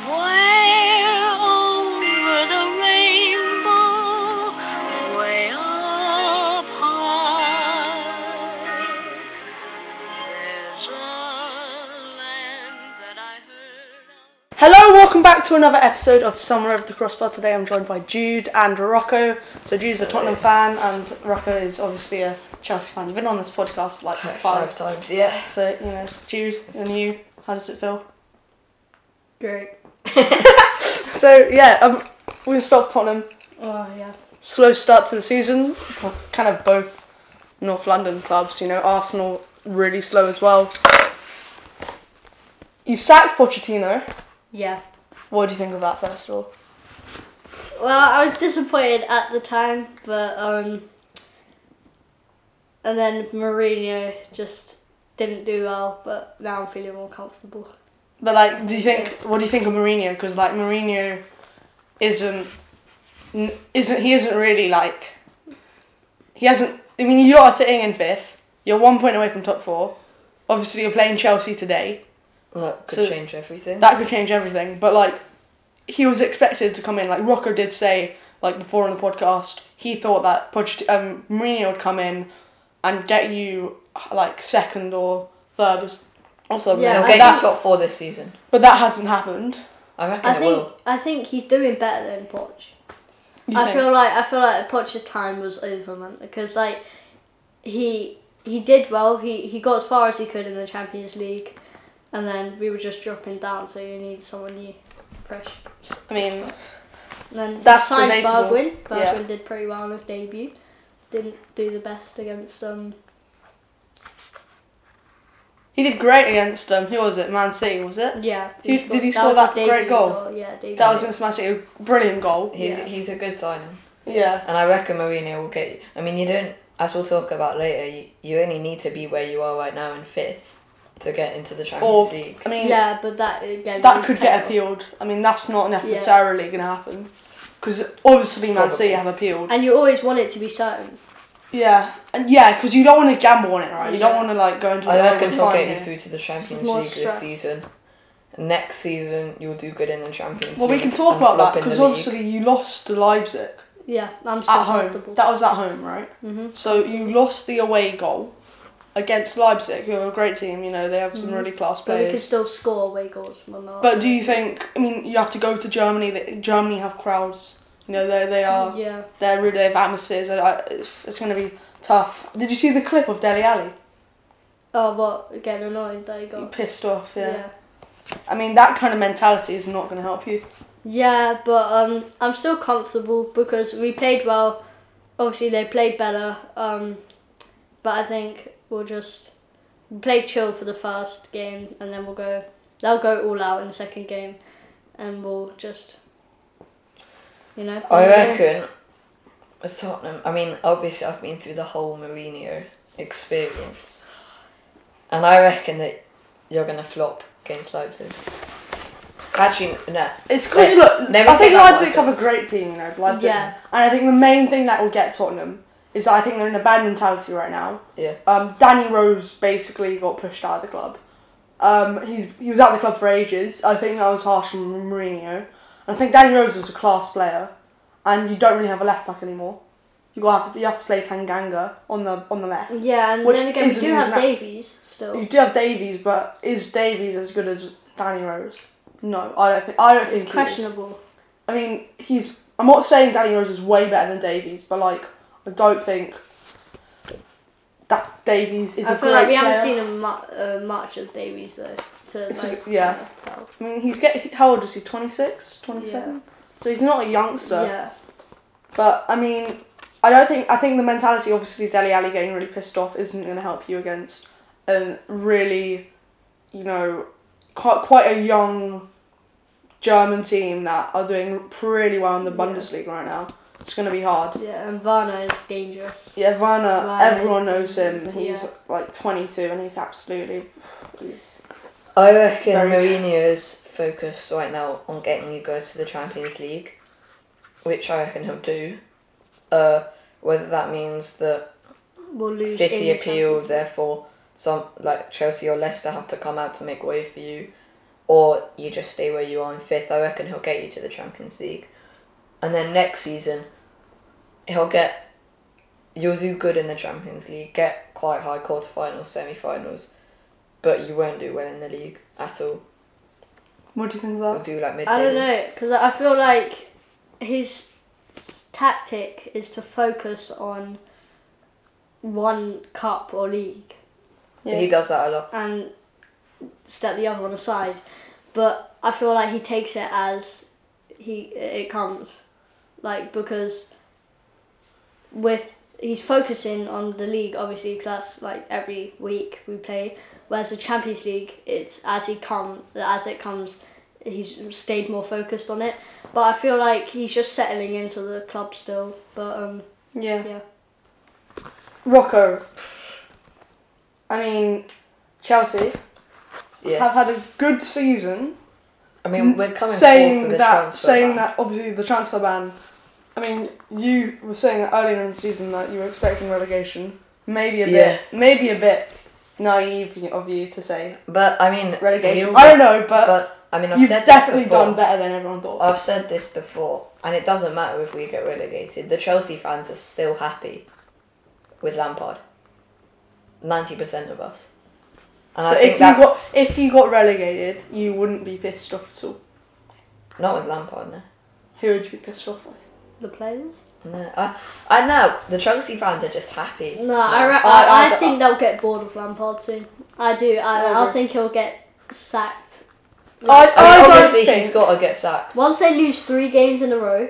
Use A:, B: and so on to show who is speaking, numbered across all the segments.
A: Somewhere over the rainbow, way up high, there's a land that I heard of.
B: Hello, welcome back to another episode of Summer of the Crossbar. Today I'm joined by Jude and Rocco. So Jude's a Tottenham fan and Rocco is obviously a Chelsea fan. You've been on this podcast like
C: Like
B: five
C: five times, yeah.
B: times. So, you know, Jude and you, how does it feel?
D: Great.
B: So, yeah, um, we've stopped Tottenham.
D: Oh yeah.
B: Slow start to the season. Kind of both North London clubs, you know, Arsenal really slow as well. You sacked Pochettino.
D: Yeah.
B: What do you think of that, first of all?
D: Well, I was disappointed at the time, but um and then Mourinho just didn't do well, but now I'm feeling more comfortable.
B: But like, do you think? What do you think of Mourinho? Because like, Mourinho isn't n- isn't he isn't really like he hasn't. I mean, you are sitting in fifth. You're one point away from top four. Obviously, you're playing Chelsea today.
C: That could
B: So-
C: change everything.
B: That could change everything. But like, he was expected to come in. Like Rocco did say, like before on the podcast, he thought that Pochett- um, Mourinho would come in and get you like second or third or s- or something.
D: Yeah,
C: They'll
D: I
B: but,
C: get
B: that,
C: you top four this season.
B: but that hasn't happened.
C: I reckon
D: I
C: it
D: think
C: will.
D: I think he's doing better than Poch.
B: You
D: I
B: think?
D: feel like I feel like Poch's time was over, man, because like he he did well. He he got as far as he could in the Champions League, and then we were just dropping down. So you need someone new, fresh.
B: I mean,
D: And then
B: That's
D: That's signed
B: debatable.
D: Bergwijn. Bergwijn
B: Yeah.
D: did pretty well in his debut. Didn't do the best against um
B: He did great against um, who was it? Man City, was it?
D: yeah.
B: Who-
D: scored-
B: did he
D: that
B: score
D: was
B: that
D: his
B: great
D: debut
B: goal?
D: Yeah, debut.
B: That was against Man City, a brilliant goal.
C: He's,
D: Yeah.
C: he's a good signing.
B: Yeah.
C: And I reckon Mourinho will get you. I mean, you don't, as we'll talk about later, you, you only need to be where you are right now in fifth to get into the Champions
B: Or-
C: League.
B: I mean,
D: yeah, but that again
B: that
D: was
B: could get
D: terrible.
B: appealed. I mean, that's not necessarily going to happen. Because obviously Man City
C: Probably.
B: have appealed.
D: And you always want it to be certain.
B: Yeah. And yeah, because you don't want to gamble on it, right? You don't
D: Yeah.
B: want to like go into
C: I
B: the
C: reckon he'll
B: final
C: get you
B: here.
C: through to the Champions
D: More
C: League
D: stress.
C: this season. Next season, you'll do good in the Champions
B: Well, we
C: League.
B: can talk
C: and
B: about
C: flop
B: that
C: in the
B: because
C: league.
B: obviously you lost to Leipzig
D: Yeah, I'm still
B: at home.
D: comfortable.
B: That was at home, right?
D: Mhm.
B: So you lost the away goal against Leipzig, who are a great team. You know they have some
D: Mhm.
B: really class
D: But we
B: players.
D: could still score away goals from Ronaldo.
B: But do you think? I mean, you have to go to Germany. that- Germany have crowds. You know, they they are
D: Yeah.
B: they're really they have atmospheres. I, I, it's it's going to be tough. Did you see the clip of Deli Alley?
D: Oh, what? Getting annoyed that he
B: He
D: got.
B: pissed off. Yeah.
D: yeah.
B: I mean, that kind of mentality is not going to help you.
D: Yeah, but um, I'm still comfortable because we played well. Obviously, they played better. Um, but I think we'll just play chill for the first game, and then we'll go. They'll go all out in the second game, and we'll just, you know.
C: I
D: we'll go.
C: reckon with Tottenham, I mean, obviously I've been through the whole Mourinho experience, and I reckon that you're gonna flop against Leipzig. Actually, no.
B: It's because
C: Wait,
B: look,
C: let me
B: I think
C: take that
B: Leipzig
C: one.
B: have a great team. You know, Leipzig.
D: Yeah.
B: And I think the main thing that will get Tottenham is that I think they're in a bad mentality right now.
C: Yeah.
B: Um, Danny Rose basically got pushed out of the club. Um, he's he was out of the club for ages. I think that was harsh on Mourinho. I think Danny Rose was a class player, and you don't really have a left back anymore. You got have to you have to play Tanganga on the on the left.
D: Yeah, and
B: Which
D: then again, we
B: isn't
D: do have
B: using that-
D: Davies still.
B: You do have Davies, but is Davies as good as Danny Rose? No, I don't think. I don't think
D: It's
B: he is.
D: questionable.
B: I mean, he's. I'm not saying Danny Rose is way better than Davies, but like, I don't think that Davies is a
D: I feel
B: great
D: like we haven't
B: player.
D: seen a mu- uh, much of Davies though. To
B: It's a
D: like,
B: bit- yeah.
D: tell.
B: I mean, he's get how old is he? 26, 27? So he's not a youngster.
D: yeah.
B: But I mean, I don't think I think the mentality obviously Deli Ali getting really pissed off isn't going to help you against a really, you know, quite quite a young German team that are doing pretty well in the
D: Yeah.
B: Bundesliga right now. It's going to be hard.
D: Yeah, and Varna is dangerous.
B: Yeah, Werner,
D: Werner.
B: everyone knows him. He's
D: Yeah.
B: like 22 and he's absolutely. He's,
C: I reckon
B: Very-
C: Mourinho's focused right now on getting you guys to the Champions League, which I reckon he'll do. Uh, whether that means that
D: We'll lose. in
C: City
D: the
C: appeal,
D: Champions League.
C: therefore some like Chelsea or Leicester have to come out to make way for you, or you just stay where you are in fifth. I reckon he'll get you to the Champions League, and then next season, he'll get you'll do good in the Champions League, get quite high quarterfinals, semi-finals, but you won't do well in the league at all.
B: What do you think of
C: You'll
B: that?
C: do like mid.
D: I don't know, because I feel like his tactic is to focus on one cup or league
C: He
B: Yeah.
C: does that a lot.
D: and step the other one aside. But I feel like he takes it as he it comes, like because with he's focusing on the league obviously because that's like every week we play. Whereas the Champions League, it's as he come as it comes, he's stayed more focused on it. But I feel like he's just settling into the club still. But um,
B: Yeah.
D: yeah.
B: Rocco. I mean, Chelsea
C: Yes.
B: have had a good season.
C: I mean, we're coming
B: saying
C: saying for the
B: that,
C: transfer
B: saying
C: ban.
B: that, obviously the transfer ban. I mean, you were saying that earlier in the season that you were expecting relegation. Maybe a
C: Yeah.
B: bit, maybe a bit naive of you to say
C: But I mean,
B: relegation.
C: we all-
B: I don't know, but,
C: But I mean, I've
B: you've
C: said
B: definitely
C: this before.
B: done better than everyone thought.
C: I've said this before, and it doesn't matter if we get relegated. The Chelsea fans are still happy with Lampard. Ninety percent of us. And
B: so
C: I think
B: if you
C: that's
B: got if you got relegated, you wouldn't be pissed off at all.
C: not with Lampard. No,
B: Who would you be pissed off with?
D: The players?
C: no. I, I know the Chelsea fans are just happy.
D: No, I, re-
B: I- I
D: I, I,
B: don't-
D: think they'll get bored of Lampard soon. I do. I,
C: Oh,
B: I
D: I,
B: agree.
D: think he'll get sacked.
B: I,
C: I
B: I
C: mean,
B: don't
C: obviously,
B: think-
C: he's got to get sacked.
D: Once they lose three games in a row,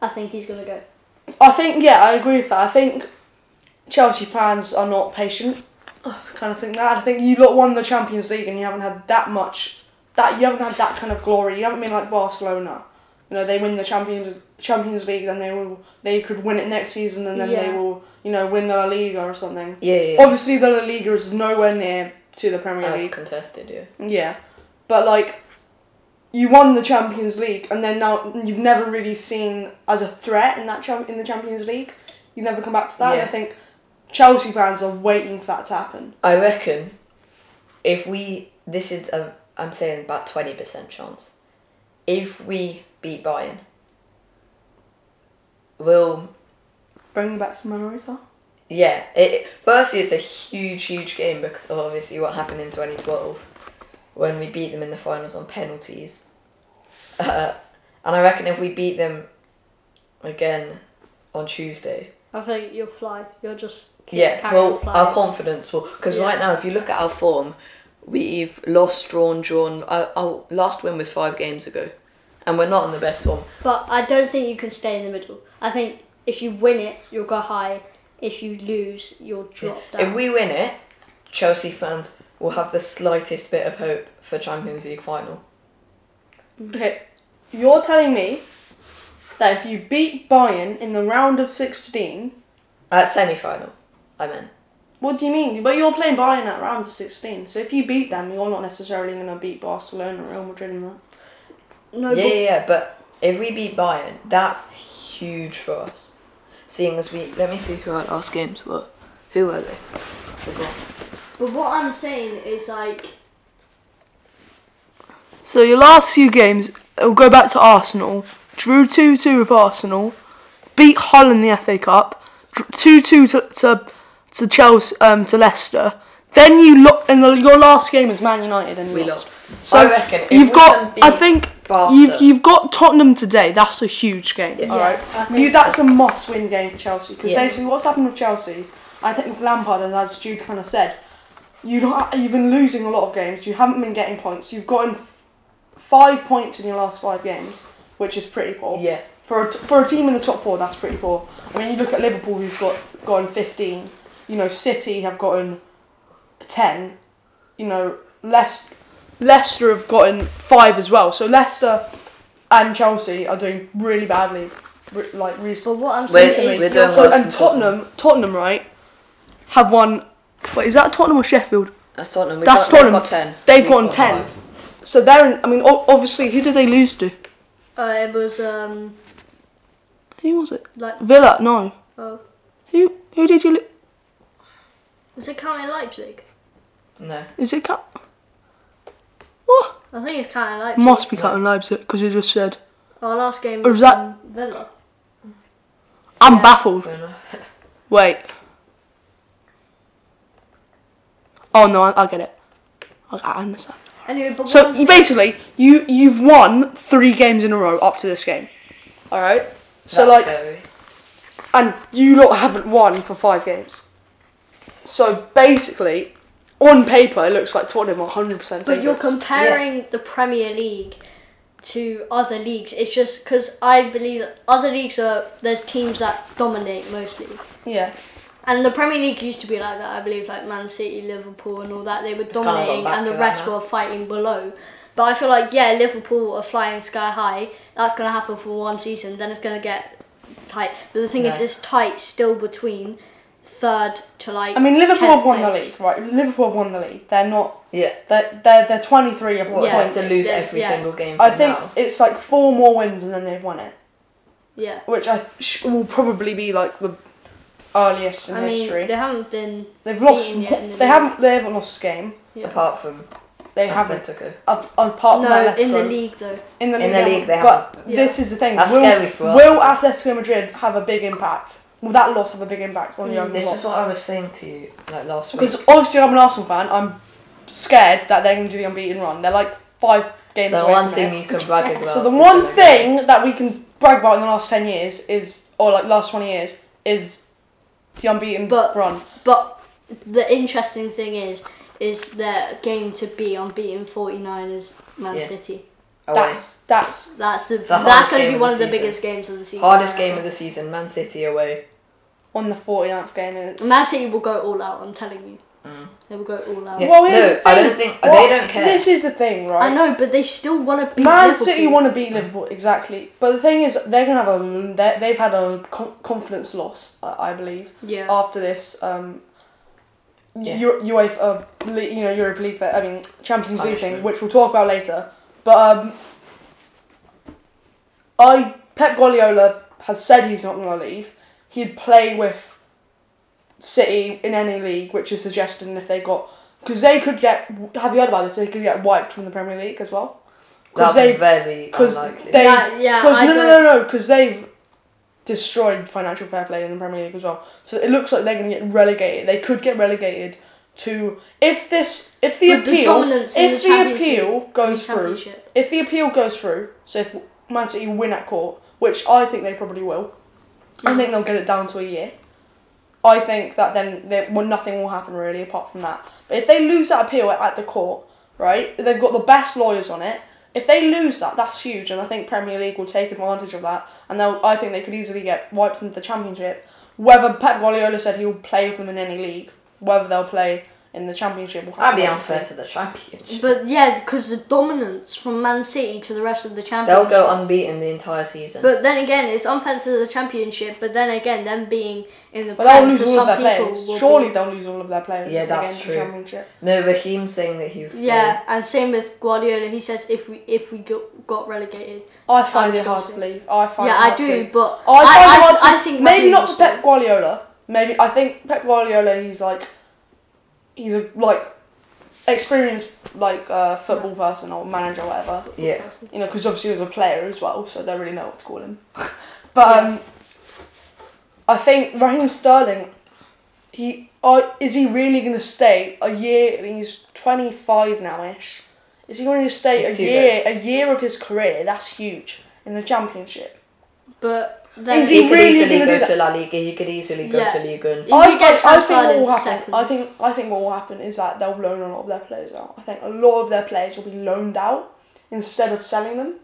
D: I think he's gonna go.
B: I think yeah, I agree with that. I think Chelsea fans are not patient. I kind of think that. I think you lot won the Champions League and you haven't had that much that you haven't had that kind of glory. You haven't been like Barcelona. You know, they win the Champions Champions League, then they will they could win it next season and then they
D: Yeah.
B: will, you know, win the La Liga or something.
C: Yeah, yeah. yeah.
B: Obviously the La Liga is nowhere near to the Premier
C: That's
B: League.
C: contested. Yeah.
B: Yeah, but like, you won the Champions League, and then now you've never really seen as a threat in that champ- in the Champions League. You never come back to that. and I
C: Yeah.
B: think Chelsea fans are waiting for that to happen.
C: I reckon if we this is a I'm saying about twenty percent chance. If we beat Bayern, we'll
B: Bring back some memories, huh?
C: yeah. It firstly it's a huge huge game because of obviously what happened in twenty twelve when we beat them in the finals on penalties, uh, and I reckon if we beat them again on Tuesday,
D: I think you'll fly. You'll just keep
C: Yeah,
D: carrying
C: well,
D: on flying.
C: our confidence will because
D: Yeah.
C: right now, if you look at our form, we've lost, drawn, drawn. Our, our last win was five games ago, and we're not in the best form.
D: but I don't think you can stay in the middle. I think if you win it, you'll go high. If you lose, you'll drop down.
C: If we win it, Chelsea fans will have the slightest bit of hope for Champions League final.
B: Okay, you're telling me that if you beat Bayern in the round of sixteen,
C: At semi final, Uh, I meant.
B: what do you mean? But you're playing Bayern at round of sixteen, so if you beat them, you're not necessarily going to beat Barcelona, Real Madrid, and that.
D: no,
C: Yeah,
D: but-
C: yeah, yeah, but if we beat Bayern, that's huge for us. Seeing as we, let me see who our last games were. Who were they? Forgot.
D: but what I'm saying is like
B: So your last few games, it'll go back to Arsenal. Drew two two with Arsenal, beat Hull in the FA Cup, two two to to to Chelsea um, to Leicester. Then you look and the, your last game is Man United and you
C: We
B: lost.
C: lost.
B: So
C: I reckon if
B: you've
C: we
B: got.
C: can
B: I
C: beat
B: think
C: Barca-
B: you've you've got Tottenham today. That's a huge game.
C: Yeah.
B: All right,
D: I think-
B: you, that's a must-win game for Chelsea because
C: Yeah.
B: basically what's happened with Chelsea, I think with Lampard and as Jude kind of said, you don't, you've been losing a lot of games. You haven't been getting points. You've gotten f- five points in your last five games, which is pretty poor.
C: Yeah.
B: For a, t- for a team in the top four, that's pretty poor. I mean, you look at Liverpool, who's got gotten 15. You know, City have gotten 10. You know, Leic- Leicester have gotten 5 as well. So Leicester and Chelsea are doing really badly. Re- like, really
D: But what I'm
C: We're-
D: saying is
C: we're
D: you're-
C: doing
B: So,
C: worse
B: and
C: than Tottenham.
B: Tottenham, Tottenham, right, have won. Wait, is that Tottenham or Sheffield?
C: That's Tottenham. We've
B: That's
C: got, we've
B: Tottenham.
C: got 10.
B: They've
C: We've
B: gone
C: got
B: 10.
C: five.
B: So they're in. I mean, o- obviously, who did they lose to?
D: uh, it was um
B: Who was it?
D: like
B: Villa? No.
D: oh
B: Who who did you? Lo-
D: was it counting Leipzig?
C: No.
B: Is it cut? What?
D: I think it's kind of like
B: Must be counting Leipzig because you just said.
D: our last game.
B: Or is
D: was
B: that-
D: um, Villa?
B: I'm
C: Yeah.
B: baffled.
C: Fair enough.
B: Wait. Oh no, I, I get it. I, I understand.
D: Anyway, but
B: So
D: what I'm
B: you
D: saying-
B: basically, you you've won three games in a row up to this game. All right. So
C: That's
B: like,
C: scary.
B: and you lot haven't won for five games. So basically, on paper, it looks like Tottenham are 100% favourites.
D: But you're comparing the Premier League to other leagues. It's just because I believe that other leagues are there's teams that dominate mostly,
B: yeah.
D: and the Premier League used to be like that. I believe like Man City, Liverpool, and all that. They were
C: gone
D: dominating,
C: back
D: and
C: to
D: the
C: that
D: rest
C: now.
D: were fighting below. But I feel like yeah, Liverpool are flying sky high. That's gonna happen for one season. Then it's gonna get tight. But the thing is,
C: No.
D: it's tight still between third to like.
B: I mean, Liverpool
D: 10th
B: have won the
D: place.
B: league, right? Liverpool have won the league. They're not.
C: Yeah.
B: They're they're, they're 23
C: What,
D: Yeah.
C: like
B: points.
C: to lose
D: Yeah,
C: every
D: yeah.
C: single game.
B: I
C: from
B: think
C: now?
B: it's like four more wins and then they've won it,
D: Yeah.
B: which I sh- will probably be like the earliest in
D: I mean,
B: history.
D: they haven't been.
B: They've lost.
D: beaten yet in the
B: they
D: league.
B: haven't. They haven't lost a game.
D: Yeah.
C: apart from
B: They haven't.
C: Atletico.
B: Apart apart from
D: No,
B: Atletico.
D: in the league though.
B: In the
C: In the league, they
B: but
D: haven't.
B: this is the thing.
C: That's
B: will,
C: scary for us.
B: Will Atletico Madrid have a big impact? Will that loss have a big impact on
D: Mm.
B: Jurgen
C: This is
B: Klopp?
C: what I was saying to you like last week.
B: Because obviously, I'm an Arsenal fan. I'm scared that they're going to do the unbeaten run. They're like five games
C: The
B: away
C: one
B: from
C: thing
B: it.
C: you can brag about.
B: So the
C: is
B: one
C: that-
B: thing that we can brag about in the last ten years is, or like last twenty years, is the unbeaten
D: But-
B: run.
D: But the interesting thing is, is their game to be on beating 49ers Man
C: Yeah.
D: City.
C: away.
B: That's that's
D: That's the,
C: the hardest
D: that's going to
C: game
D: be
C: of
D: one
C: the
D: of the
C: season.
D: biggest games of the season.
C: hardest game of the season. Man City away.
B: on the 49th game. It's,
D: Man City will go all out. I'm telling you,
C: Mm.
D: they will go all out.
C: Yeah.
B: Well, here's
C: no,
B: the
C: I
B: thing.
C: don't think
B: What-
C: they don't care.
B: This is the thing, right?
D: I know, but they still want to beat.
B: Man
D: Liverpool.
B: City want to beat Liverpool exactly, but the thing is, they're gonna have a they- they've had a con- confidence loss, I I believe,
D: Yeah.
C: Oh,
B: after this um,
C: Yeah.
B: Eu- UEFA uh, Le- you know Europa League, I mean Champions League thing,
C: Punishment.
B: which we'll talk about later. But um, I Pep Guardiola has said he's not gonna leave. He'd play with City in any league, which is suggested if they got because they could get. Have you heard about this? They could get wiped from the Premier League as well. 'Cause
C: That's
B: they-
C: very
B: because
C: unlikely.
B: they
D: That- yeah,
B: because
D: I
B: no, no
D: don't-
B: no no because they've destroyed financial fair play in the Premier League as well. So it looks like they're going to get relegated. They could get relegated to if this if the
D: With the
B: appeal
D: dominance in
B: if
D: the
B: the,
D: Champions
B: appeal goes through
D: Championship.
B: if the appeal goes through. So if Man City win at court, which I think they probably will,
D: Mm.
B: I think they'll get it down to a year. I think that then they, well, nothing will happen really apart from that. But if they lose that appeal at, at the court, right, they've got the best lawyers on it. If they lose that, that's huge, and I think Premier League will take advantage of that. And they'll, I think they could easily get wiped into the Championship. Whether Pep Guardiola said he'll play with them in any league, whether they'll play in the Championship, will
C: That'd be unfair to the champions.
D: But yeah, because the dominance from Man City to the rest of the championship.
C: They'll go unbeaten the entire season.
D: But then again, it's unfair to the championship. But then again, them being in the
B: But they'll
D: Prem
B: lose
D: to
B: all of
D: some
B: their
D: people will
B: players.
D: be-
B: Surely they'll lose all of their players.
C: Yeah,
B: if they get
C: that's
B: into
C: true.
B: The championship.
C: no, Raheem's saying that he'll stay.
D: Yeah, and same with Guardiola. He says if we if we got, got relegated.
B: I find
D: I'm
B: it hard to
D: sorry.
B: believe. I find
D: yeah,
B: it hard to
D: I do,
B: believe.
D: but
B: I, find it hard
D: I,
B: to-
D: I, I think
B: maybe
D: Raheem
B: not
D: will
B: for Pep Guardiola. Maybe I think Pep Guardiola. He's like, he's a like experienced like uh, football person or manager or whatever.
D: stay.
C: Yeah.
B: You know, because obviously he was a player as well, so I don't really know what to call him. but um, I think Raheem Sterling. He uh, is he really going to stay a year? He's twenty five now ish. Is he going to stay
C: He's
B: a
C: too
B: year? A year of his career? That's huge in the championship.
D: But then
B: Is
C: He,
B: He
C: could
B: really
C: easily
B: gonna do
C: go
B: that?
C: to La Liga. He could easily go
D: Yeah.
C: to Ligue 1.
D: He
B: I
D: could get
B: think, I think
D: transferred
B: what
D: in
B: will happen.
D: seconds.
B: I think I think what will happen is that they'll loan a lot of their players out. I think a lot of their players will be loaned out instead of selling them,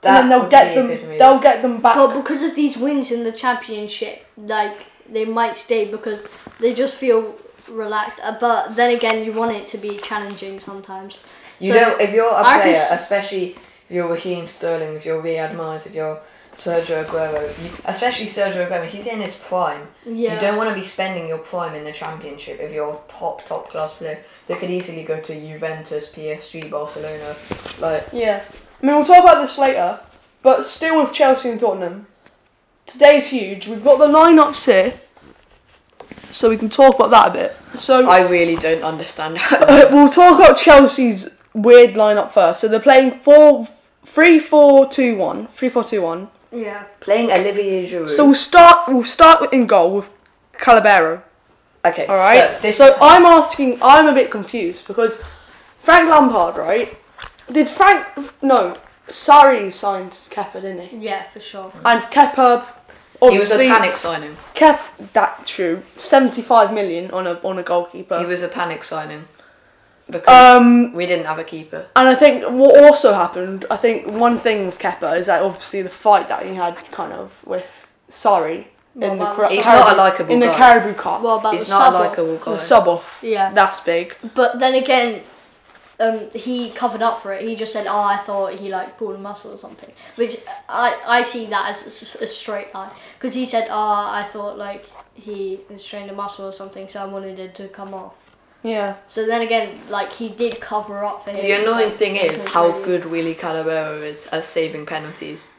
C: That
B: and then they'll
C: would
B: get
C: be a
B: them.
C: good move.
B: They'll get them back.
D: but because of these wins in the championship, like they might stay because they just feel relaxed. Uh, But then again, you want it to be challenging sometimes.
C: You
D: So,
C: know, if you're a
D: I
C: player,
D: just-
C: especially if you're Raheem Sterling, if you're Riyad Mahrez, if you're Sergio Aguero, you, especially Sergio Aguero, he's in his prime.
D: Yeah.
C: You don't want to be spending your prime in the championship if you're a top top class player. They could easily go to Juventus, PSG, Barcelona. Like
B: yeah, I mean we'll talk about this later. But still with Chelsea and Tottenham, today's huge. We've got the lineups here, so we can talk about that a bit. So
C: I really don't understand.
B: we'll talk about Chelsea's weird lineup first. So they're playing four, three, four, two, one, three, four, two, one.
D: Yeah.
C: Playing Olivier Giroud.
B: So we'll start. We'll start in goal with Calabero.
C: okay,
B: All right.
C: So,
B: So,
C: this is-
B: I'm asking. I'm a bit confused because Frank Lampard, right? Did Frank? No, Sarri signed Kepa, didn't he?
D: Yeah, for sure.
B: And Kepa,
C: he was a
B: obviously,
C: panic signing.
B: Kep, that true. Seventy-five million on a on a goalkeeper.
C: He was a panic signing because
B: um,
C: we didn't have a keeper.
B: and I think what also happened. I think one thing with Kepa is that obviously the fight that he had kind of with Sarri
D: Well,
B: in the
D: that
B: Cra-
D: was-
C: He's
B: Carib-
C: not a likeable
B: in the
C: guy.
B: Caribou Cup.
D: What about
C: He's
D: the
C: not a
D: sub off?
C: likable guy.
B: the sub off.
D: Yeah.
B: that's big.
D: But then again, um, he covered up for it. He just said, "Oh, I thought he like pulled a muscle or something," which I I see that as s- a straight line because he said, "Oh, I thought like he strained a muscle or something, so I wanted it to come off."
B: Yeah,
D: So then again, like he did cover up for him.
C: The annoying
D: Like,
C: thing
D: it
C: is
D: was
C: how
D: really-
C: good Willy Calabero is at saving penalties.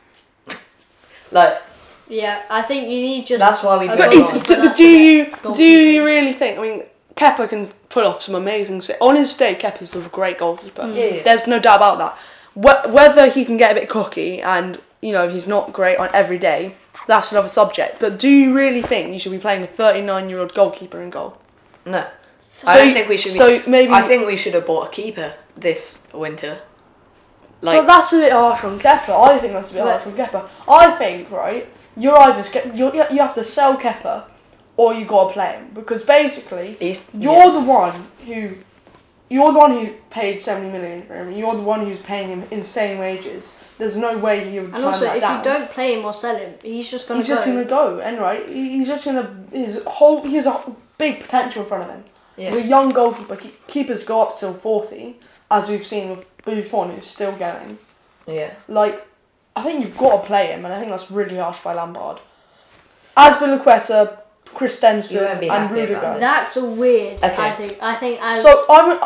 C: like
D: Yeah, I think you need just.
C: That's why we
D: a
C: put
B: but,
C: Go
B: it's,
C: on.
B: d-
D: goalkeeper
B: but
D: that
B: do you
D: can
B: do you
D: goalkeeper.
B: really think? I mean, Kepa can pull off some amazing. sa- On his day, Kepa's a great goalkeeper.
C: Yeah, yeah.
B: There's no doubt about that. Wh- Whether he can get a bit cocky and you know he's not great on every day, that's another subject. But do you really think you should be playing a 39 year old goalkeeper in goal?
C: no. I
B: So
C: don't
B: you-
C: think we should be
B: so maybe-
C: I think we should have bought a keeper this winter.
B: But
C: Like
B: that's a bit harsh on Kepa. I think that's a bit
D: But-
B: harsh on Kepa. I think right, you're either sca- you're, you have to sell Kepa, or you gotta play him because basically
C: he's
B: You're
C: yeah.
B: the one who, you're the one who paid seventy million for him. You're the one who's paying him insane wages. There's no way he would
D: And
B: turn
D: also,
B: that
D: if
B: down.
D: you don't play him or sell him, he's just gonna
B: he's
D: go.
B: just gonna go, and right, he- he's just gonna his whole he has a big potential in front of him.
C: Yeah.
B: He's a young goalkeeper. Keep- Keepers go up till forty, as we've seen with Buffon, who's still going.
C: yeah.
B: Like, I think you've got to play him, and I think that's really harsh by Lampard. Azpilicueta,
C: You
B: Christensen,
C: won't be
B: and
C: happy about
B: Rudiger.
C: this.
D: That's a weird.
C: Okay.
D: I think. I think as
B: So I'm,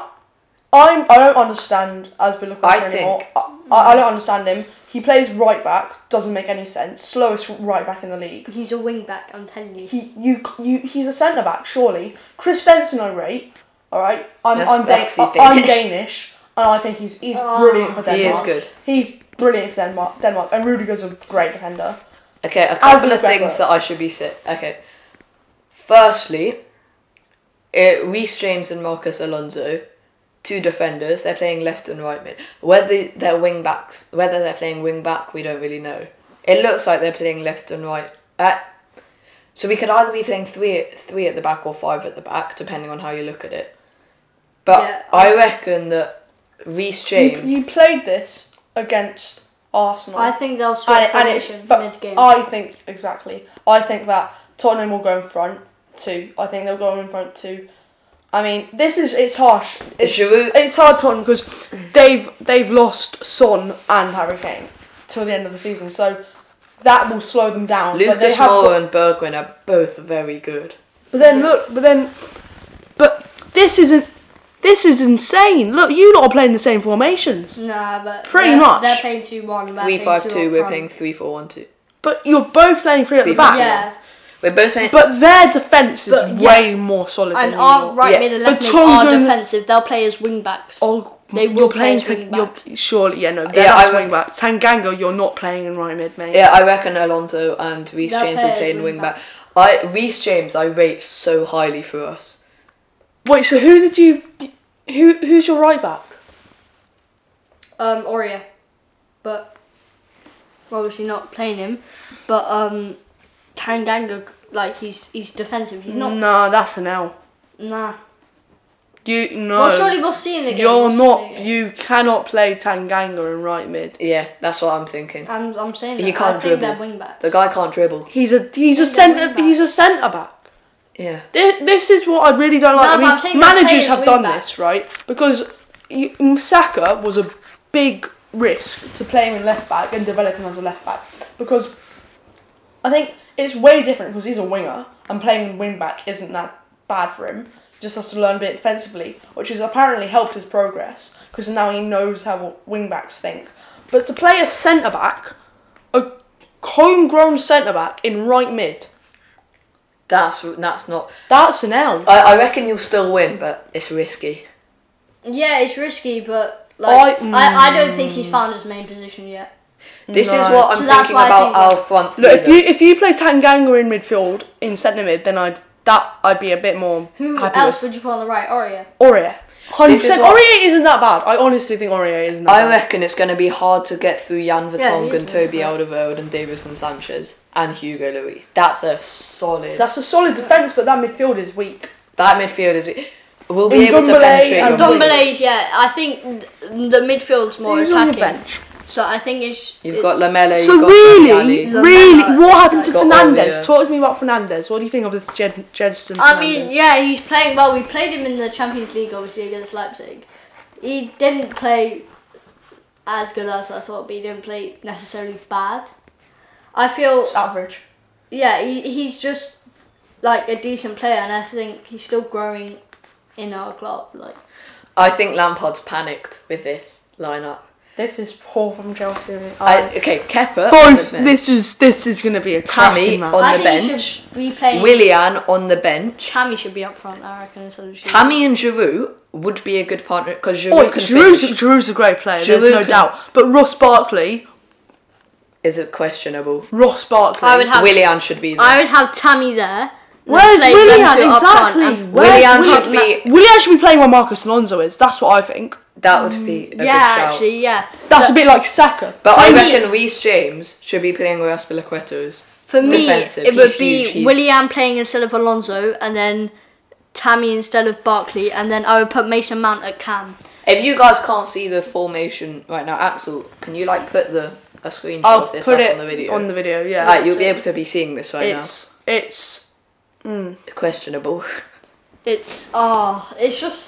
B: I'm I don't understand Azpilicueta
C: I
B: anymore.
C: think-
B: I, I I don't understand him. He plays right back. Doesn't make any sense. Slowest right back in the league.
D: he's a wing back. I'm telling you.
B: He you you he's a centre back surely. Christensen I rate. All right. I'm
C: That's-
B: I'm,
C: that's 'cause
B: Dan-
C: he's
B: I'm
C: Danish.
B: Danish, and I think he's he's
D: Oh.
B: brilliant for Denmark.
C: He is good.
B: He's brilliant for Denmark. Denmark and Rudiger's a great defender.
C: Okay, a couple
B: been
C: of things
B: better.
C: that I should be said. Okay. Firstly, uh Reece James and Marcus Alonso, two defenders, they're playing left and right mid. Whether they're wing backs, whether they're playing wing back, we don't really know. It looks like they're playing left and right. Uh, so we could either be playing three three at the back or five at the back, depending on how you look at it. But
D: Yeah.
C: I reckon that Reece James.
B: You, you played this against Arsenal.
D: I think they'll switch
B: and it, and
D: formation
B: it, but
D: mid game.
B: I think exactly. I think that Tottenham will go in front too. I think they'll go in front too. I mean, this is it's harsh. It's,
C: Giroud-
B: it's hard for Tottenham because they've they've lost Son and Harry Kane till the end of the season, so that will slow them down. but they
C: Lucas
B: have got-
C: Moura and Bergwijn are both very good.
B: but then look, but then, but this isn't. This is insane. Look, you lot are playing the same formations,
D: Nah, but
B: Pretty
D: they're,
B: much.
D: they're playing two one.
C: Three five two. We're playing three four one two.
B: but you're both playing three at
C: Three
B: the back.
C: four.
D: Yeah,
C: We're both playing.
B: But their defense is
D: But, yeah.
B: way more solid.
D: and
B: than
D: our
B: yours.
D: right
C: Yeah.
D: mid and left
B: But
D: mid are
B: Tongan-
D: defensive. They'll play as wing backs.
B: Oh,
D: They
B: you're
D: will
B: playing.
D: play as wing
B: Tang- you're, surely, yeah, no,
C: Yeah,
B: yeah,
C: I
B: that's
C: would-
B: wing back. Tanganga, you're not playing in right mid, mate.
C: yeah, I reckon Alonso and Reece
D: They're
C: James will
D: players
C: play in
D: wing
C: wing back. I Reece James, I rate so highly for us.
B: Wait, so who did you? Who who's your right back?
D: Um, Oria, but we're obviously not playing him. But um, Tanganga, like he's he's defensive. He's not.
B: No, that's an L.
D: Nah.
B: You Mm. no.
D: Well, surely we'll see in the game.
B: you're
D: we'll see in the
B: not.
D: game.
B: You cannot play Tanganga in right mid.
C: Yeah, that's what I'm thinking.
D: I'm I'm saying
C: He
D: that.
C: can't
D: I think they're
C: dribble.
D: wing backs.
C: The guy can't dribble.
B: He's a he's a
D: He's a wing
B: centre
D: back.
B: he's a centre back.
C: Yeah,
B: This, this is what I really don't
D: No,
B: like.
D: but I'm
B: I
D: saying
B: mean,
D: they're
B: managers
D: players
B: have
D: wing
B: done
D: backs.
B: this, right? Because you, Saka was a big risk to playing in left back and developing as a left back. Because I think it's way different because he's a winger and playing wing back isn't that bad for him. He just has to learn a bit defensively, which has apparently helped his progress because now he knows how wing backs think. But to play a centre back, a homegrown centre back in right mid,
C: that's that's not.
B: that's an L.
C: I, I reckon you'll still win, but it's risky.
D: Yeah, it's risky, but Like,
B: I- Mm.
D: I, I don't think he's found his main position yet.
C: This is
B: Right.
C: what I'm
D: So that's
C: thinking
D: why I
C: about
D: think that-
C: our front three.
B: Look, if
C: though.
B: you if you play Tanganga in midfield in centre mid, then I'd that I'd be a bit more
D: Who
B: happy
D: else
B: with.
D: would you put on the right? Aria.
B: Aurier. Hundred
C: This is
B: percent.
C: what-
B: Aurier isn't that bad. I honestly think Aurier isn't that
C: I
B: bad.
C: reckon it's going to be hard to get through Jan
D: Yeah,
C: Vertonghen,
D: he is
C: Toby
D: really
C: Alderweireld, and Davison Sanchez and Hugo Lloris. That's a solid.
B: That's a solid defence, but that midfield is weak.
C: that midfield is. We'll be able to
B: Ndombele
C: penetrate.
B: and
C: your
B: Ndombele.
C: midfield.
D: Dombele, yeah, I think th- the midfield's more
B: He's on the
D: attacking.
B: bench.
D: So I think it's.
C: You've
D: it's-
C: got Lamella.
B: So
C: you've got
B: really,
C: Dembele.
D: Lamella,
B: really, what happened to
C: got
B: Fernandez?
C: Aurier.
B: Talk to me about Fernandez. What do you think of this Jed Jedston?
D: I mean,
B: Fernandes?
D: yeah, he's playing well. We played him in the Champions League, obviously, against Leipzig. He didn't play as good as I thought, but he didn't play necessarily bad. I feel,
C: It's average.
D: yeah, he, he's just like a decent player, and I think he's still growing in our club. Like,
C: I think Lampard's panicked with this lineup.
B: This is poor from Chelsea. I mean,
C: I, okay, Kepper. on the
B: both.
C: bench.
B: This is this is gonna be a
C: Tammy
B: cracking match.
C: on
D: I
C: the
D: think he
C: bench.
D: should be playing.
C: Willian on the bench.
D: Tammy should be up front, I reckon, instead of Giroud.
C: Tammy and Giroud would be a good partner because Giroud
B: Oi,
C: can
B: Giroud's,
C: finish.
B: Giroud's a great player.
C: Giroud
B: there's no
C: can-
B: doubt. But Ross Barkley,
C: Is it questionable?
B: Ross Barkley.
D: I would have.
C: Willian should be there.
D: I would have Tammy there.
B: Where's
D: Play them
B: Willian?
D: two up front
B: Exactly.
D: and-
B: Where's
C: Willian
B: Willian?
C: should be.
B: Willian should be playing where Marcus Alonso is. That's what I think.
C: That would
D: yeah,
C: be a good shout.
D: actually, yeah.
B: That's a bit like Saka.
C: But I
B: Same
C: reckon Reece James should be playing with Aspilaqueta is.
D: For me,
C: Defensive,
D: it would
C: he's
D: be
C: huge, he's-
D: Willian playing instead of Alonso, and then Tammy instead of Barkley, and then I would put Mason Mount at Cam.
C: If you guys can't see the formation right now, Axel, can you like put the a screenshot
B: I'll
C: of this
B: put
C: up
B: it
C: on the video?
B: On the video, yeah.
C: like, you'll be able to be seeing this right
B: it's it's
C: now. Questionable.
D: It's oh, it's just.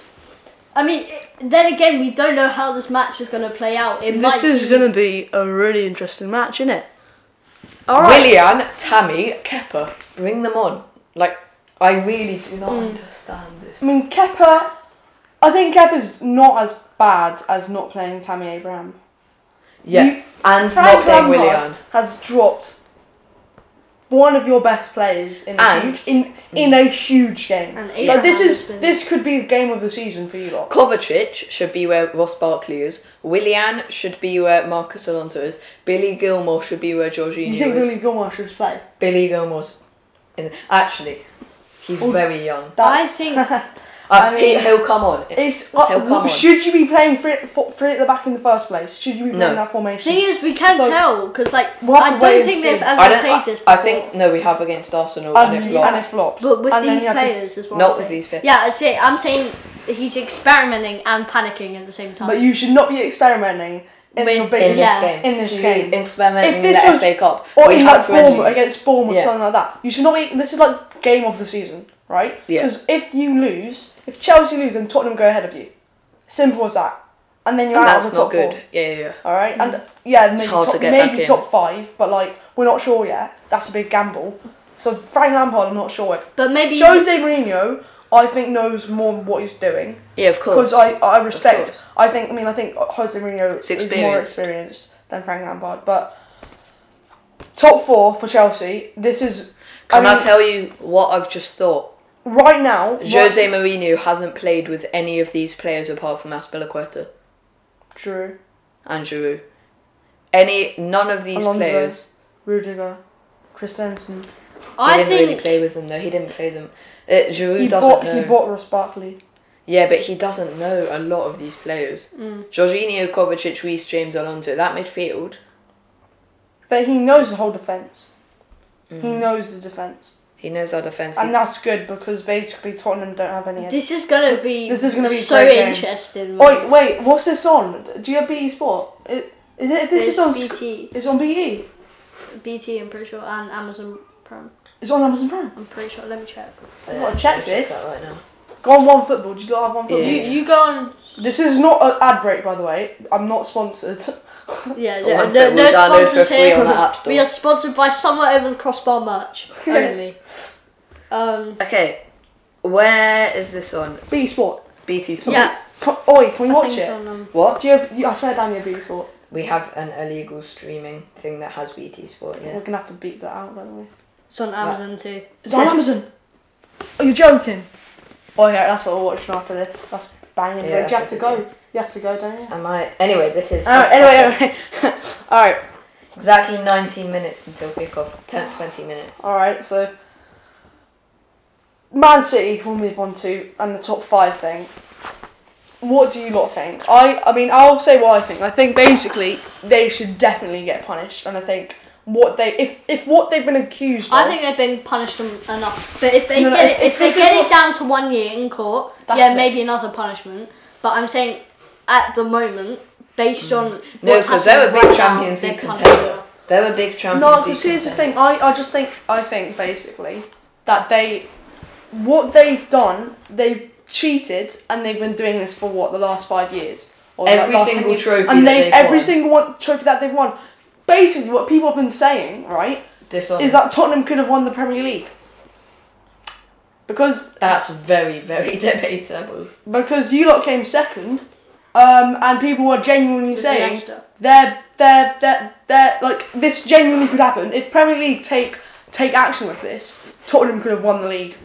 D: I mean, it- then again, we don't know how this match is going to play out. It might
B: this is
D: be-
B: gonna be a really interesting match, isn't it?
C: Willian, Tammy, Kepper, bring them on. Like, I really do not
B: Mm.
C: understand this.
B: I mean, Kepa. I think Kepa's not as bad as not playing Tammy Abraham.
C: Yeah,
B: you-
C: and
B: Frank
C: not playing
B: Lampard
C: Willian.
B: has dropped one of your best players in a
C: And-
B: huge, in in a huge game.
D: And
B: Like, this is
D: Abraham has been-
B: this could be the game of the season for you lot.
C: Kovacic should be where Ross Barkley is. Willian should be where Marcus Alonso is. Billy Gilmore should be where Jorginho
B: You think
C: is.
B: Billy Gilmore should play?
C: Billy Gilmore's in actually he's very young.
D: I
B: That's-
D: think
C: Uh,
B: I
C: he,
B: mean-
C: he'll come on.
B: It's uh,
C: He'll
B: w-
C: Oh, come on.
B: should you be playing three, four, three at the back in the first place? Should you be playing
C: No.
B: that formation?
D: thing is we can
B: So-
D: tell because like
B: We'll have
D: I
B: to wait
D: don't
B: and
D: think
B: see.
D: they've ever
C: I don't.
D: played
C: I,
D: this. Before.
C: I think no, we have against Arsenal
B: Um,
C: and it
B: and it flopped.
C: flopped.
D: But with
B: And then
D: these
B: you have to-
D: players as well.
C: Not with these players.
D: Yeah, I say I'm saying he's experimenting and panicking at the same time.
B: but you should not be experimenting in your
D: With-
C: in this
B: biggest
D: yeah.
C: game.
B: In this
C: Should
B: game.
C: we experiment
B: If
C: in
B: this
C: the
B: was-
C: FA Cup
B: or
C: We
B: in
C: have
B: like Bournemouth
C: friendly.
B: against Bournemouth,
C: Yeah.
B: something like that. You should not be. This is like game of the season, right?
C: Yeah.
B: Because if you lose, if Chelsea lose, then Tottenham go ahead of you. Simple as that. And then you're
C: And
B: out
C: that's
B: of the
C: not
B: top
C: good.
B: four.
C: Yeah, yeah, yeah.
B: All right,
D: Mm.
B: and yeah, maybe,
C: hard
B: top,
C: to get back
B: maybe
C: in.
B: top five, but like we're not sure yet. That's a big gamble. So Frank Lampard, I'm not sure.
D: but maybe
B: Jose Mourinho, I think knows more what he's doing
C: Yeah, of course.
B: because I, I respect.
C: course.
B: I think I mean I think Jose Mourinho
C: It's
B: is more
C: experienced.
B: experienced than Frank Lampard, but top four for Chelsea. This is
C: Can I,
B: mean,
C: tell you what I've just thought?
B: right now.
C: Jose Mourinho hasn't played with any of these players apart from Aspilicueta
B: right- Drew
C: and Giroud. Any none of these
B: Alonso.
C: players.
B: Rudiger, Christensen.
C: He
D: I
C: didn't
D: think
C: really play with them though. He didn't play them. Uh, Giroud
B: He
C: doesn't
B: bought
C: know.
B: he bought Ross Barkley.
C: Yeah, but he doesn't know a lot of these players. Jorginho, Kovacic, Reece, James, Alonso. That midfield,
B: But he knows the whole defence. He knows the defence.
C: Mm. he knows our defence.
B: And that's good because basically Tottenham don't have any.
D: this is gonna
B: So-
D: be
B: this is gonna be
D: so
B: a great game.
D: interesting.
B: Wait, wait, what's this on? Do you have BT Sport? Is, is it, this is
D: There's
B: on. Sc-
D: BT,
B: it's on E. BT.
D: BT, I'm pretty sure, and Amazon Prime.
B: It's on Amazon Prime.
D: I'm pretty sure. Let me check.
B: I've gotta check
C: Check
B: this.
C: that right now.
B: Go on one football. Do you got have one football?
C: Yeah.
D: You you go on.
B: This is not an ad break, by the way. I'm not sponsored.
D: Yeah,
C: Oh,
D: no,
C: one
D: no,
C: thing we'll
D: no
C: download for
D: sponsors
C: free
D: here.
C: on the App Store.
D: We are sponsored by somewhere over the crossbar merch
B: Yeah.
D: only. Um,
C: Okay, where is this on?
B: B Sport.
C: BT Sports.
D: Yeah.
B: Can, oi, can we
D: I
B: watch
D: think it's
B: it?
D: on, um,
C: What?
B: Do you have? You, I swear down your B Sport.
C: We have an illegal streaming thing that has BT Sport.
B: We're
C: Yeah.
B: gonna have to beat that out, by the way.
D: it's on Amazon too.
B: It's on Amazon. Are you joking? Oh yeah, that's what we're watching after this. That's banging.
C: Yeah,
B: Yeah, you have
C: that's
B: to
C: it,
B: go.
C: yeah.
B: You have to go, don't you?
C: Am I? Anyway, this is.
B: Oh, anyway, anyway. all right,
C: Exactly 19 minutes until kickoff. 10, 20 minutes.
B: all right. So, Man City will move on to and the top five thing. What do you lot think? I, I mean, I'll say what I think. I think basically they should definitely get punished, and I think what they, if if what they've been accused
D: I
B: of,
D: think they've been punished en- enough. But if they
B: No, no,
D: get
B: if-
D: it, if,
B: if
D: they
B: this
D: get
B: is
D: it
B: what-
D: down to one year in court,
B: That's
D: yeah,
B: it.
D: maybe another punishment. But I'm saying at the moment, based
B: Mm.
D: on
C: No,
D: what's
C: because they were
D: happening
C: big
D: right now,
C: Champions
D: they're
C: League
D: punished.
C: contender. They were big Champions
B: No,
C: League
B: because here's the
C: contender.
B: thing. I, I just think I think basically that they what they've done they've cheated and they've been doing this for what the last five years or like
C: Every
B: last
C: single
B: 10 years.
C: trophy
B: and
C: that
B: they
C: they've
B: every
C: won.
B: single one trophy that they've won. Basically, what people have been saying right
C: Dishonest.
B: is that Tottenham could have won the Premier League because
C: That's very, very debatable.
B: because you lot came second. Um, and people were genuinely
D: With
B: saying
D: Leicester.
B: they're they're they're they're like this genuinely could happen if Premier League take take action with this. Tottenham could have won the league,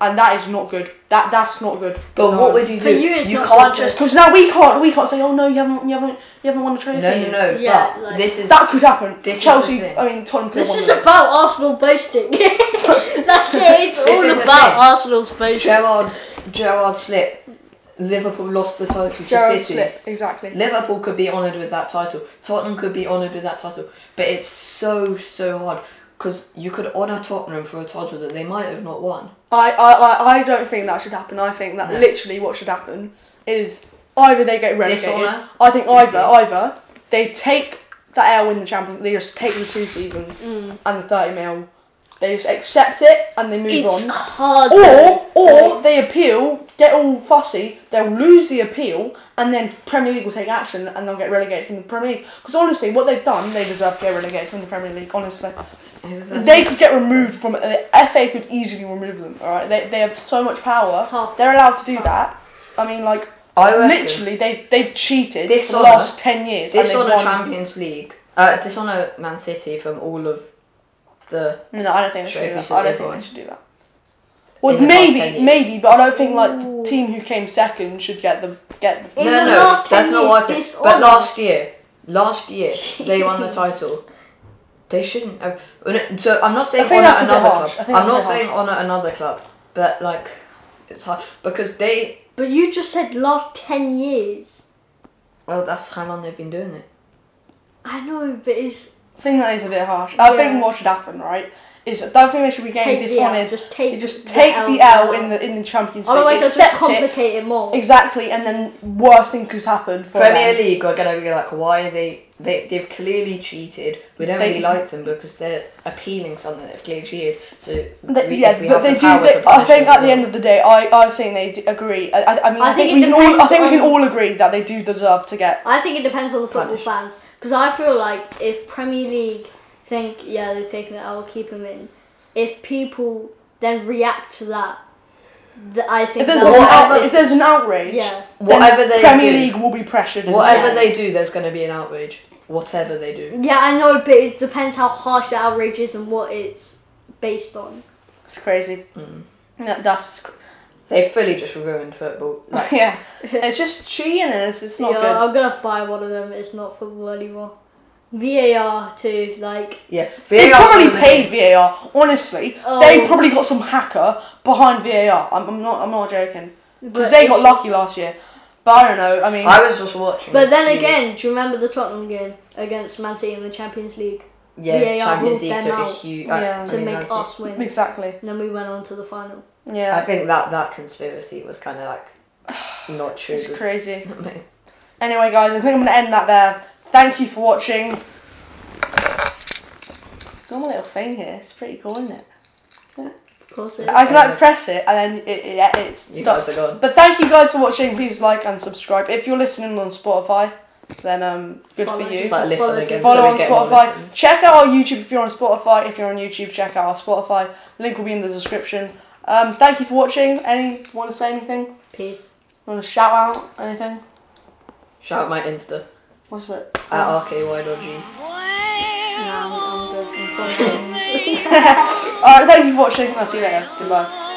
B: and that is not good. That that's not good.
C: But what would you
D: For
C: do?
D: you, it's not
C: can't
D: good.
C: just.
B: Because now we can't we can't say oh no you haven't you haven't you haven't won the trophy.
C: No, no, no.
D: Yeah,
C: but
D: like-
C: this is.
B: That could happen.
C: This is the
B: Chelsea.
C: thing.
B: I mean Tottenham could
D: This
B: have
D: is
B: won. the league.
D: about Arsenal boasting. that is all
C: is the
D: about
C: thing.
D: Arsenal's boasting.
C: Gerard, Gerard slip. Liverpool lost the title
B: Gerrard
C: to City.
B: slip exactly.
C: Liverpool could be honoured with that title. Tottenham could be honoured with that title. But it's so, so hard. Because you could honour Tottenham for a title that they might have not won.
B: I, I I I don't think that should happen. I think that
C: No.
B: literally what should happen is either they get relegated.
C: Dishonour,
B: I think
C: City.
B: either either they take that L in the Champions. They just take the two seasons
C: Mm.
B: and the thirty mil. They just accept it and they move
D: It's
B: on.
D: hard. though.
B: Or or they appeal, get all fussy. They'll lose the appeal and then Premier League will take action and they'll get relegated from the Premier League. Because honestly, what they've done, they deserve to get relegated from the Premier League. Honestly. They could get removed from it. The FA could easily remove them. All right, they, they have so much power.
D: It's tough.
B: They're allowed to do that. I mean, like
C: I reckon-
B: literally, they they've cheated
C: This
B: for the
C: honour-
B: last ten years. and they've
C: Dishonour
B: won-
C: Champions League. Uh, dishonour Man City from all of the.
B: No, I don't think they should do
C: Trophies
B: that.
C: that
B: I don't
C: they've
B: think
C: won.
B: they should do that. Well,
C: In the past 10
B: maybe,
C: years.
B: maybe, but I don't think like the team who came second should get the get the.
D: In
C: no,
D: the
C: no,
D: last 10
C: that's not what I
D: years,
C: think. But
D: dishonour.
C: last year, last year they won the title. They shouldn't have. well, no, So I'm not saying
B: I think
C: honour
B: that's a bit
C: another
B: harsh. I
C: club.
B: think
C: I'm
B: that's a
C: not
B: bit harsh.
C: saying honour another club, but like it's hard because they.
D: But you just said last 10 years.
C: Well, that's how long they've been doing it.
D: I know, but it's.
B: I think that is a bit harsh. I
D: Yeah.
B: think what should happen, right, is I don't think they should be getting
D: Take the L,
B: dishonored.
D: just take
B: You just
D: the
B: take
D: L
B: the L
D: now.
B: in the in the Champions League.
D: Otherwise, they'll just
B: accept it.
D: complicate it more.
B: Exactly, and then worse thing could happen for
C: Premier
B: them.
C: League are going to be like, why are they? They they've clearly cheated. We don't
B: They-
C: really like them because they're appealing something they've clearly cheated. So
B: Th-
C: we-
B: yeah,
C: if we
B: but
C: have
B: they
C: the
B: do.
C: power
B: They,
C: to
B: I think
C: punish
B: at
C: them,
B: the end of the day, I, I think they d agree. I, I, I mean,
D: I
B: I, think,
D: think
B: we
D: it
B: can all I
D: depends
B: think we can
D: on-
B: all agree that they do deserve to get.
D: I think it depends on the football
C: Punished.
D: fans. Because I feel like if Premier League think, yeah, they've taken it, I'll keep him in. If people then react to that, th- I think
B: If there's,
D: that's
B: an,
C: what
B: out,
C: I-
B: if there's an outrage,
D: Yeah.
B: then
C: Whatever they
B: Premier
C: do.
B: League will be pressured. into
C: Whatever
B: it.
C: they do, there's going to be an outrage. Whatever they do.
D: Yeah, I know, but it depends how harsh the outrage is and what it's based on.
B: it's crazy.
C: Mm.
B: Yeah, that's cr-
C: They fully just ruined football. Like,
B: yeah. It's just cheating. and It's it's not
D: yeah,
B: good.
D: I'm gonna buy one of them. It's not football anymore. VAR too, like
C: yeah.
B: They
C: VAR 's
B: probably
C: gonna
B: paid VAR. Honestly,
D: Oh.
B: they probably got some hacker behind VAR. I'm, I'm not. I'm not joking.
D: But
B: Because they got
D: it's
B: lucky last year. But I don't know. I mean,
C: be- I was just watching.
D: But
C: a
D: then
C: few-
D: again, do you remember the Tottenham game against Man City in the Champions League?
C: yeah,
D: VAR
C: Champions
D: ruled
C: League
D: them
C: took a
D: out
C: huge.
B: Yeah.
C: I,
D: to
C: mean,
D: make
C: that's-
D: us win?
B: exactly.
D: And then we went on to the final.
B: Yeah,
C: I think that that conspiracy was kind of like not true.
B: it's crazy.
C: Mate.
B: Anyway, guys, I think I'm gonna end that there. Thank you for watching. Got my little thing here. It's pretty cool, isn't it?
D: Of course, it
B: I can like press it and then it it, yeah, it
C: You
B: stops.
C: guys are gone.
B: But thank you guys for watching. Please like and subscribe. If you're listening on Spotify, then um, good
D: Follow
B: for you.
C: Just like listen
D: Follow-
C: again.
B: Follow
C: so we
B: on
C: get more
B: Spotify.
C: listens.
B: Check out our YouTube if you're on Spotify. If you're on YouTube, check out our Spotify. Link will be in the description. Um, thank you for watching. Any want to say anything?
D: Peace.
B: Want to shout out anything?
C: Shout out my Insta
B: What's it?
C: at rkydog.
D: Now I'm, I'm good. I'm
B: All right, thank you for watching. and I'll see you later. Goodbye.